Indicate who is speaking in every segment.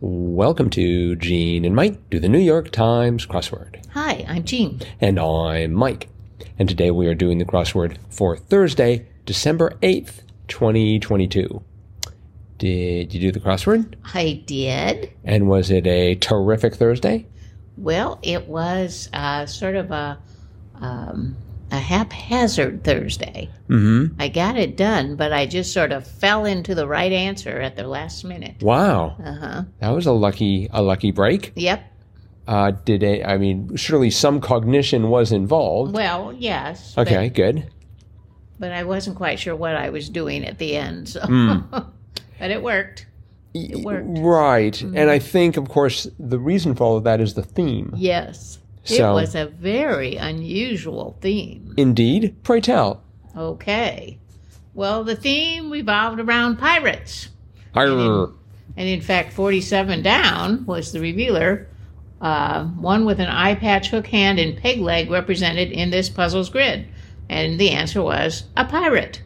Speaker 1: Welcome to Gene and Mike do the New York Times crossword.
Speaker 2: Hi, I'm Jean.
Speaker 1: And I'm Mike. And today we are doing the crossword for Thursday, December 8th, 2022. Did you do the crossword?
Speaker 2: I did.
Speaker 1: And was it a terrific Thursday?
Speaker 2: Well, it was uh, sort of a um, a haphazard Thursday.
Speaker 1: Mm hmm.
Speaker 2: I got it done, but I just sort of fell into the right answer at the last minute.
Speaker 1: Wow.
Speaker 2: Uh huh.
Speaker 1: That was a lucky, a lucky break.
Speaker 2: Yep.
Speaker 1: Uh, did it, I mean, surely some cognition was involved.
Speaker 2: Well, yes. but-
Speaker 1: Okay, good.
Speaker 2: But, I wasn't quite sure what I was doing at the end, so. but it worked.
Speaker 1: It
Speaker 2: worked. Mm-hmm.
Speaker 1: Right. And I think, of course, the reason for all of that is the theme.
Speaker 2: Yes.
Speaker 1: So-
Speaker 2: It was a very unusual theme.
Speaker 1: Indeed. Pray tell.
Speaker 2: Okay. Well, the theme revolved around pirates.
Speaker 1: Arr.
Speaker 2: And in fact, 47 down was the revealer, uh, one with an eye patch, hook hand, and peg leg represented in this puzzle's grid. And the answer was a pirate.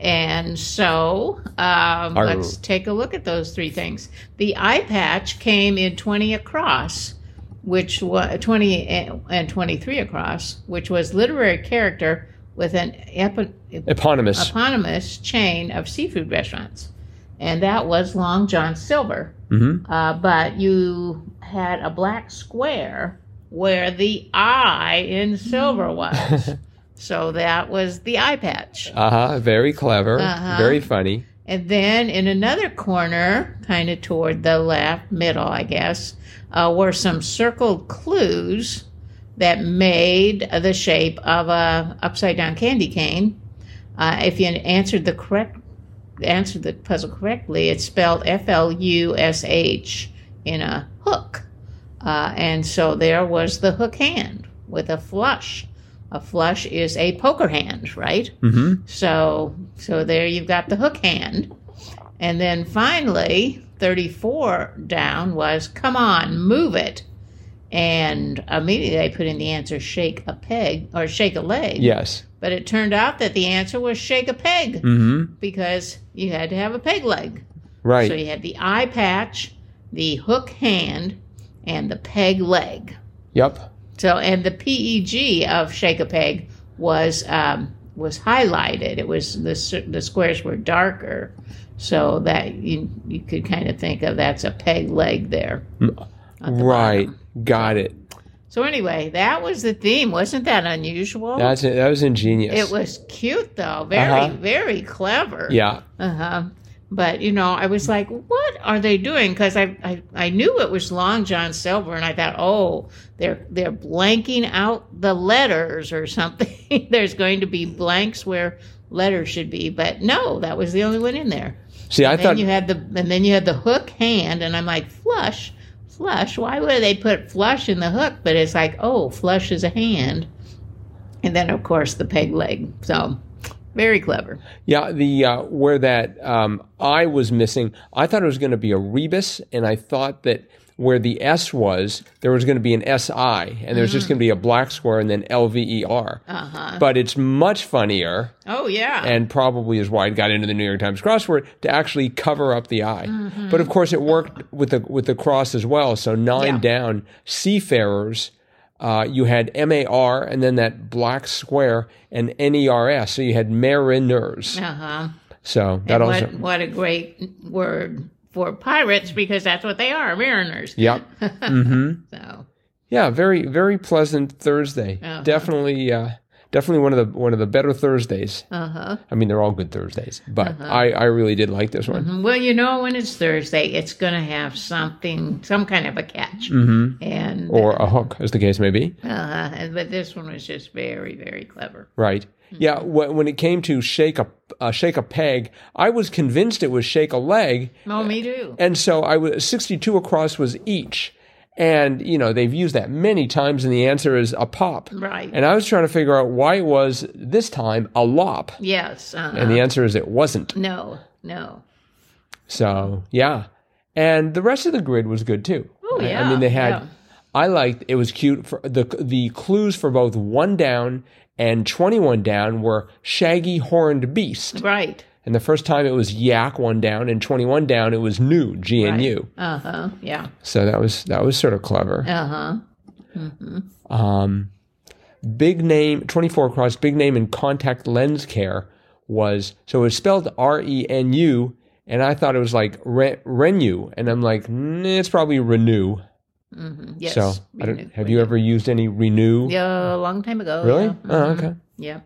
Speaker 2: And so um,
Speaker 1: Arr.
Speaker 2: let's take a look at those three things. The eye patch came in 20 across, which was 20 and and 23 across, which was literary character with an epi-
Speaker 1: Eponymous.
Speaker 2: eponymous chain of seafood restaurants, and that was Long John Silver.
Speaker 1: mm-hmm.
Speaker 2: Uh, but you had a black square where the eye in silver was, so that was the eye patch.
Speaker 1: Uh-huh. Very clever.
Speaker 2: Uh-huh.
Speaker 1: Very funny.
Speaker 2: And then in another corner, kind of toward the left, middle, I guess, uh, were some circled clues that made the shape of a upside down candy cane. Uh, if you answered the correct answered the puzzle correctly, it's spelled F L U S H in a hook, uh, and so there was the hook hand with a flush. A flush is a poker hand, right?
Speaker 1: Mm-hmm.
Speaker 2: So so there you've got the hook hand. And then finally, 34 down was come on, move it. And immediately they put in the answer shake a peg or shake a leg.
Speaker 1: Yes.
Speaker 2: But it turned out that the answer was shake a peg
Speaker 1: Mm-hmm.
Speaker 2: because you had to have a peg leg.
Speaker 1: Right.
Speaker 2: So you had the eye patch, the hook hand, and the peg leg.
Speaker 1: yep.
Speaker 2: So, and the PEG of Shake a Peg was um, was highlighted. It was the s- the squares were darker, so that you you could kind of think of that's a peg leg there. at the
Speaker 1: Right.
Speaker 2: bottom.
Speaker 1: Got it.
Speaker 2: So anyway, that was the theme. Wasn't that unusual?
Speaker 1: That's it. That was ingenious.
Speaker 2: Oh. it was cute though. Very
Speaker 1: Uh-huh.
Speaker 2: very clever.
Speaker 1: Yeah.
Speaker 2: Uh huh. But you know, I was like, "What are they doing?" Because I, I I knew it was Long John Silver, and I thought, "Oh, they're they're blanking out the letters or something. There's going to be blanks where letters should be." But no, that was the only one in there.
Speaker 1: See, I
Speaker 2: And then
Speaker 1: thought
Speaker 2: you had the and then you had the hook hand, and I'm like, "Flush, flush. Why would they put flush in the hook?" But it's like, "Oh, flush is a hand," and then of course the peg leg. So very clever.
Speaker 1: Yeah, the uh, where that um, I was missing, I thought it was going to be a rebus, and I thought that where the S was, there was going to be an S I, and there's
Speaker 2: Mm-hmm.
Speaker 1: just going to be a black square and then L V E R.
Speaker 2: Uh huh.
Speaker 1: But it's much funnier,
Speaker 2: Oh yeah.
Speaker 1: and probably is why it got into the New York Times crossword to actually cover up the I.
Speaker 2: Mm-hmm.
Speaker 1: But of course, it worked with the with the cross as well. So nine
Speaker 2: Yeah.
Speaker 1: down, seafarers. Uh, you had M A R, and then that black square, and N E R S. So you had mariners.
Speaker 2: Uh huh.
Speaker 1: So that also,
Speaker 2: What, what a great word for pirates because that's what they are, mariners.
Speaker 1: yep,
Speaker 2: So
Speaker 1: yeah, very very pleasant Thursday.
Speaker 2: Uh-huh.
Speaker 1: Definitely, uh, definitely one of the one of the better Thursdays.
Speaker 2: uh huh.
Speaker 1: I mean, they're all good Thursdays, but
Speaker 2: Uh-huh.
Speaker 1: I I really did like this one.
Speaker 2: Well, you know, when it's Thursday, it's going to have something, some kind of a catch,
Speaker 1: Mm-hmm.
Speaker 2: and
Speaker 1: Or a hook, as the case may be.
Speaker 2: uh, and but this one was just very, very clever.
Speaker 1: Right.
Speaker 2: Mm-hmm.
Speaker 1: Yeah. When, when it came to shake a uh, shake a peg, I was convinced it was shake a leg,
Speaker 2: Oh, me too.
Speaker 1: and so I was sixty two across was each, and you know they've used that many times, and the answer is a pop.
Speaker 2: Right.
Speaker 1: And I was trying to figure out why it was this time a lop,
Speaker 2: yes. Uh-huh.
Speaker 1: and the answer is it wasn't.
Speaker 2: no. No.
Speaker 1: So yeah, and the rest of the grid was good too.
Speaker 2: Oh,
Speaker 1: I- I
Speaker 2: yeah,
Speaker 1: mean, they had.
Speaker 2: yeah.
Speaker 1: I liked it was cute for the the clues for both one down and twenty one down were shaggy horned beast,
Speaker 2: Right.
Speaker 1: And the first time it was yak one down, and 21 down it was new G and U.
Speaker 2: Uh huh. Yeah.
Speaker 1: So that was that was sort of clever.
Speaker 2: Uh huh.
Speaker 1: Big name 24 across big name in contact lens care was so it was spelled R E N U, and I thought it was like re- renew, and I'm like, "Nah, it's probably renew.
Speaker 2: Yes.
Speaker 1: so I
Speaker 2: renew-
Speaker 1: don't, have you ever used any renew?
Speaker 2: Yeah, a long time ago.
Speaker 1: Really?
Speaker 2: Yeah. Mm-hmm.
Speaker 1: Oh, okay.
Speaker 2: Yeah.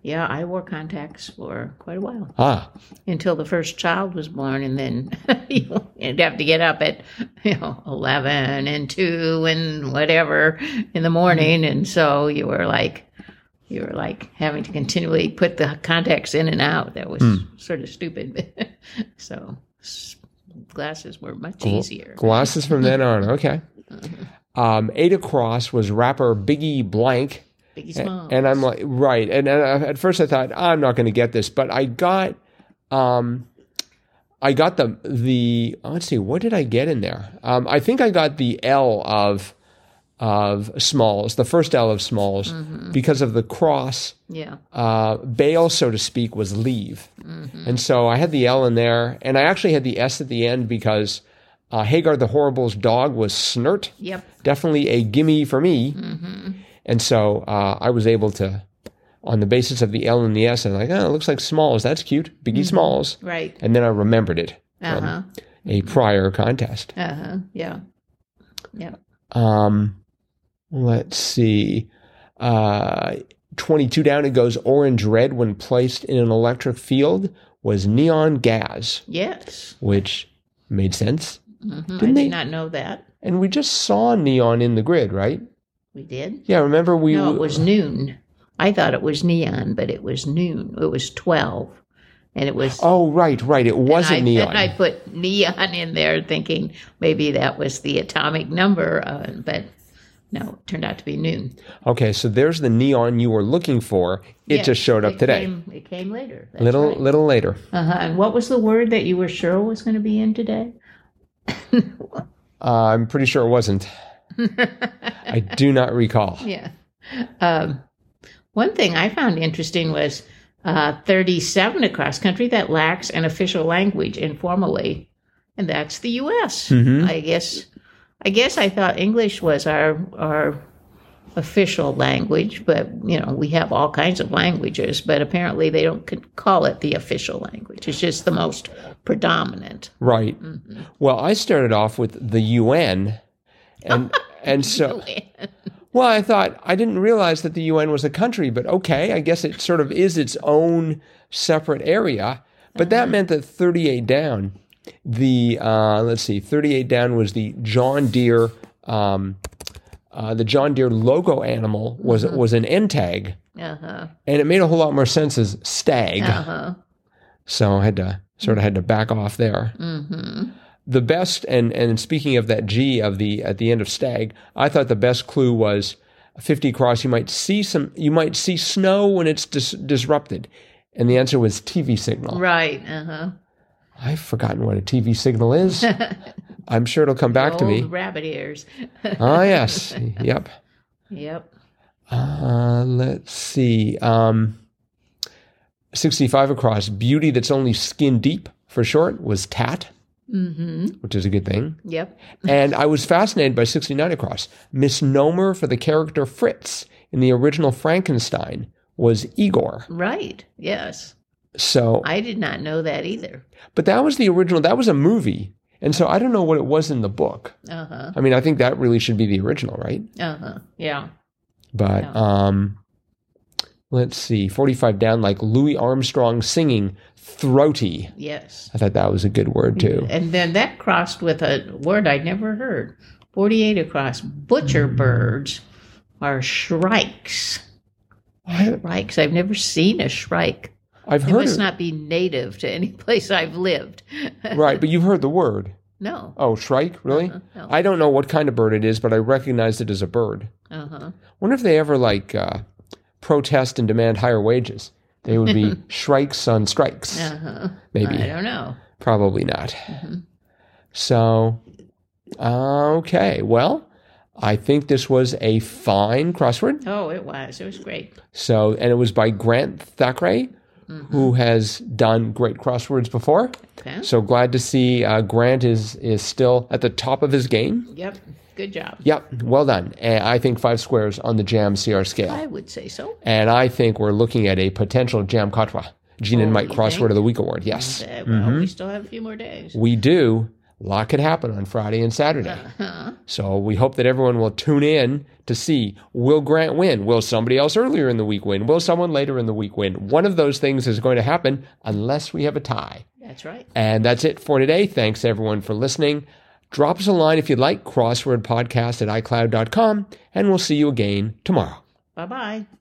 Speaker 2: Yeah, I wore contacts for quite a while
Speaker 1: Ah,
Speaker 2: until the first child was born, and then you know, you'd have to get up at you know eleven and two and whatever in the morning,
Speaker 1: Mm-hmm.
Speaker 2: and so you were like, you were like having to continually put the contacts in and out. That was
Speaker 1: Hmm.
Speaker 2: sort of stupid. so s- glasses were much easier. Mm-hmm.
Speaker 1: glasses from then on. Okay. Um, eight across was rapper Biggie Blank.
Speaker 2: Biggie Smalls.
Speaker 1: And I'm like, right. And, and I- at first I thought I'm not going to get this, but I got, um, I got the the. oh, Let's see, what did I get in there? Um, I think I got the L of of Smalls, the first L of Smalls, because of the cross
Speaker 2: yeah.
Speaker 1: uh, bail, so to speak, was leave. And so I had the L in there, and I actually had the S at the end because uh, Hagar the Horrible's dog was Snert.
Speaker 2: Yep.
Speaker 1: Definitely a gimme for me.
Speaker 2: Mm-hmm.
Speaker 1: And so uh, I was able to, on the basis of the L and the S, I'm like, oh, it looks like Smalls. That's cute. Biggie
Speaker 2: Mm-hmm.
Speaker 1: Smalls.
Speaker 2: Right.
Speaker 1: And then I remembered it
Speaker 2: Uh
Speaker 1: from
Speaker 2: huh.
Speaker 1: a
Speaker 2: Mm-hmm.
Speaker 1: prior contest.
Speaker 2: Uh huh. Yeah. Yeah.
Speaker 1: Um, let's see. Uh, 22 down, it goes orange red when placed in an electric field was neon gas,
Speaker 2: Yes.
Speaker 1: which made sense.
Speaker 2: Mhm. I
Speaker 1: Didn't
Speaker 2: did
Speaker 1: they-
Speaker 2: not know that.
Speaker 1: And we just saw neon in the grid, right?
Speaker 2: We did.
Speaker 1: Yeah, remember we.
Speaker 2: No, it was noon. I thought it was neon, but it was noon. It was twelve, and it was.
Speaker 1: Oh, right, right. It wasn't
Speaker 2: I,
Speaker 1: neon.
Speaker 2: And I put neon in there, thinking maybe that was the atomic number, uh, but no, it turned out to be noon.
Speaker 1: okay, so there's the neon you were looking for. It
Speaker 2: Yes,
Speaker 1: just showed up
Speaker 2: it
Speaker 1: today.
Speaker 2: Came, it came later. That's
Speaker 1: little,
Speaker 2: right.
Speaker 1: little later.
Speaker 2: Uh-huh. And what was the word that you were sure was going to be in today?
Speaker 1: Uh, I'm pretty sure it wasn't. I do not recall.
Speaker 2: Yeah. Um, one thing I found interesting was uh, 37 across country that lacks an official language informally, and that's the U.S.
Speaker 1: Mm-hmm.
Speaker 2: I guess. I guess I thought English was our our official language, but you know we have all kinds of languages, but apparently they don't c- call it the official language. It's just the most predominant.
Speaker 1: Right.
Speaker 2: Mm-hmm.
Speaker 1: Well, I started off with the UN, and and so well, I thought I didn't realize that the UN was a country, but okay, I guess it sort of is its own separate area. But that meant that 38 down, the uh, let's see, 38 down was the John Deere, um, uh, the John Deere logo animal was was an end tag,
Speaker 2: Uh huh.
Speaker 1: and it made a whole lot more sense as stag.
Speaker 2: Uh-huh.
Speaker 1: So I had to sort of had to back off there. The best, and and speaking of that G of the at the end of stag, I thought the best clue was fifty cross. You might see some. You might see snow when it's dis- disrupted, and the answer was TV signal.
Speaker 2: Right. Uh huh.
Speaker 1: I've forgotten what a TV signal is. I'm sure it'll come back to me.
Speaker 2: rabbit ears.
Speaker 1: Ah, yes. Yep.
Speaker 2: yep.
Speaker 1: Uh, let's see. Um, 65 across, beauty that's only skin deep for short was tat, mm-hmm. which is a good thing.
Speaker 2: Yep.
Speaker 1: And I was fascinated by 69 across. Misnomer for the character Fritz in the original Frankenstein was Igor.
Speaker 2: Right. Yes.
Speaker 1: So,
Speaker 2: I did not know that either.
Speaker 1: but that was the original, that was a movie. And so I don't know what it was in the book.
Speaker 2: Uh huh.
Speaker 1: I mean, I think that really should be the original, right?
Speaker 2: Uh huh. Yeah.
Speaker 1: But
Speaker 2: Yeah.
Speaker 1: um, let's see, 45 down, like Louis Armstrong singing throaty.
Speaker 2: Yes.
Speaker 1: I thought that was a good word too.
Speaker 2: And then that crossed with a word I'd never heard. Forty-eight across. Butcher birds are shrikes.
Speaker 1: I,
Speaker 2: Shrikes. I've never seen a shrike.
Speaker 1: I've
Speaker 2: It
Speaker 1: heard
Speaker 2: must
Speaker 1: it,
Speaker 2: not be native to any place I've lived.
Speaker 1: right, but you've heard the word.
Speaker 2: no. Uh-huh.
Speaker 1: Oh, shrike, really?
Speaker 2: no.
Speaker 1: I don't know what kind of bird it is, but I recognize it as a bird.
Speaker 2: Uh huh.
Speaker 1: Wonder if they ever like uh, protest and demand higher wages. They would be shrikes on strikes.
Speaker 2: Uh huh.
Speaker 1: Maybe,
Speaker 2: I don't know.
Speaker 1: probably not. So, okay, well, I think this was a fine crossword.
Speaker 2: Oh, it was. It was great.
Speaker 1: So, and it was by Grant Thackeray, who has done great crosswords before.
Speaker 2: Okay.
Speaker 1: So glad to see uh, Grant is is still at the top of his game.
Speaker 2: Yep. Good job.
Speaker 1: Yep, well done. And I think five squares on the jam CR scale.
Speaker 2: I would say so.
Speaker 1: And I think we're looking at a potential jam katwa, Gene and Mike
Speaker 2: Oh, you
Speaker 1: Crossword
Speaker 2: think?
Speaker 1: of the Week Award. Yes,
Speaker 2: Uh, well,
Speaker 1: Mm-hmm.
Speaker 2: we still have a few more days.
Speaker 1: we do. A lot could happen on Friday and Saturday.
Speaker 2: Uh-huh.
Speaker 1: So we hope that everyone will tune in to see will Grant win? Will somebody else earlier in the week win? Will someone later in the week win? One of those things is going to happen unless we have a tie.
Speaker 2: That's right.
Speaker 1: And that's it for today. Thanks everyone for listening. Drop us a line if you'd like, crosswordpodcast at iCloud.com, and we'll see you again tomorrow.
Speaker 2: Bye bye.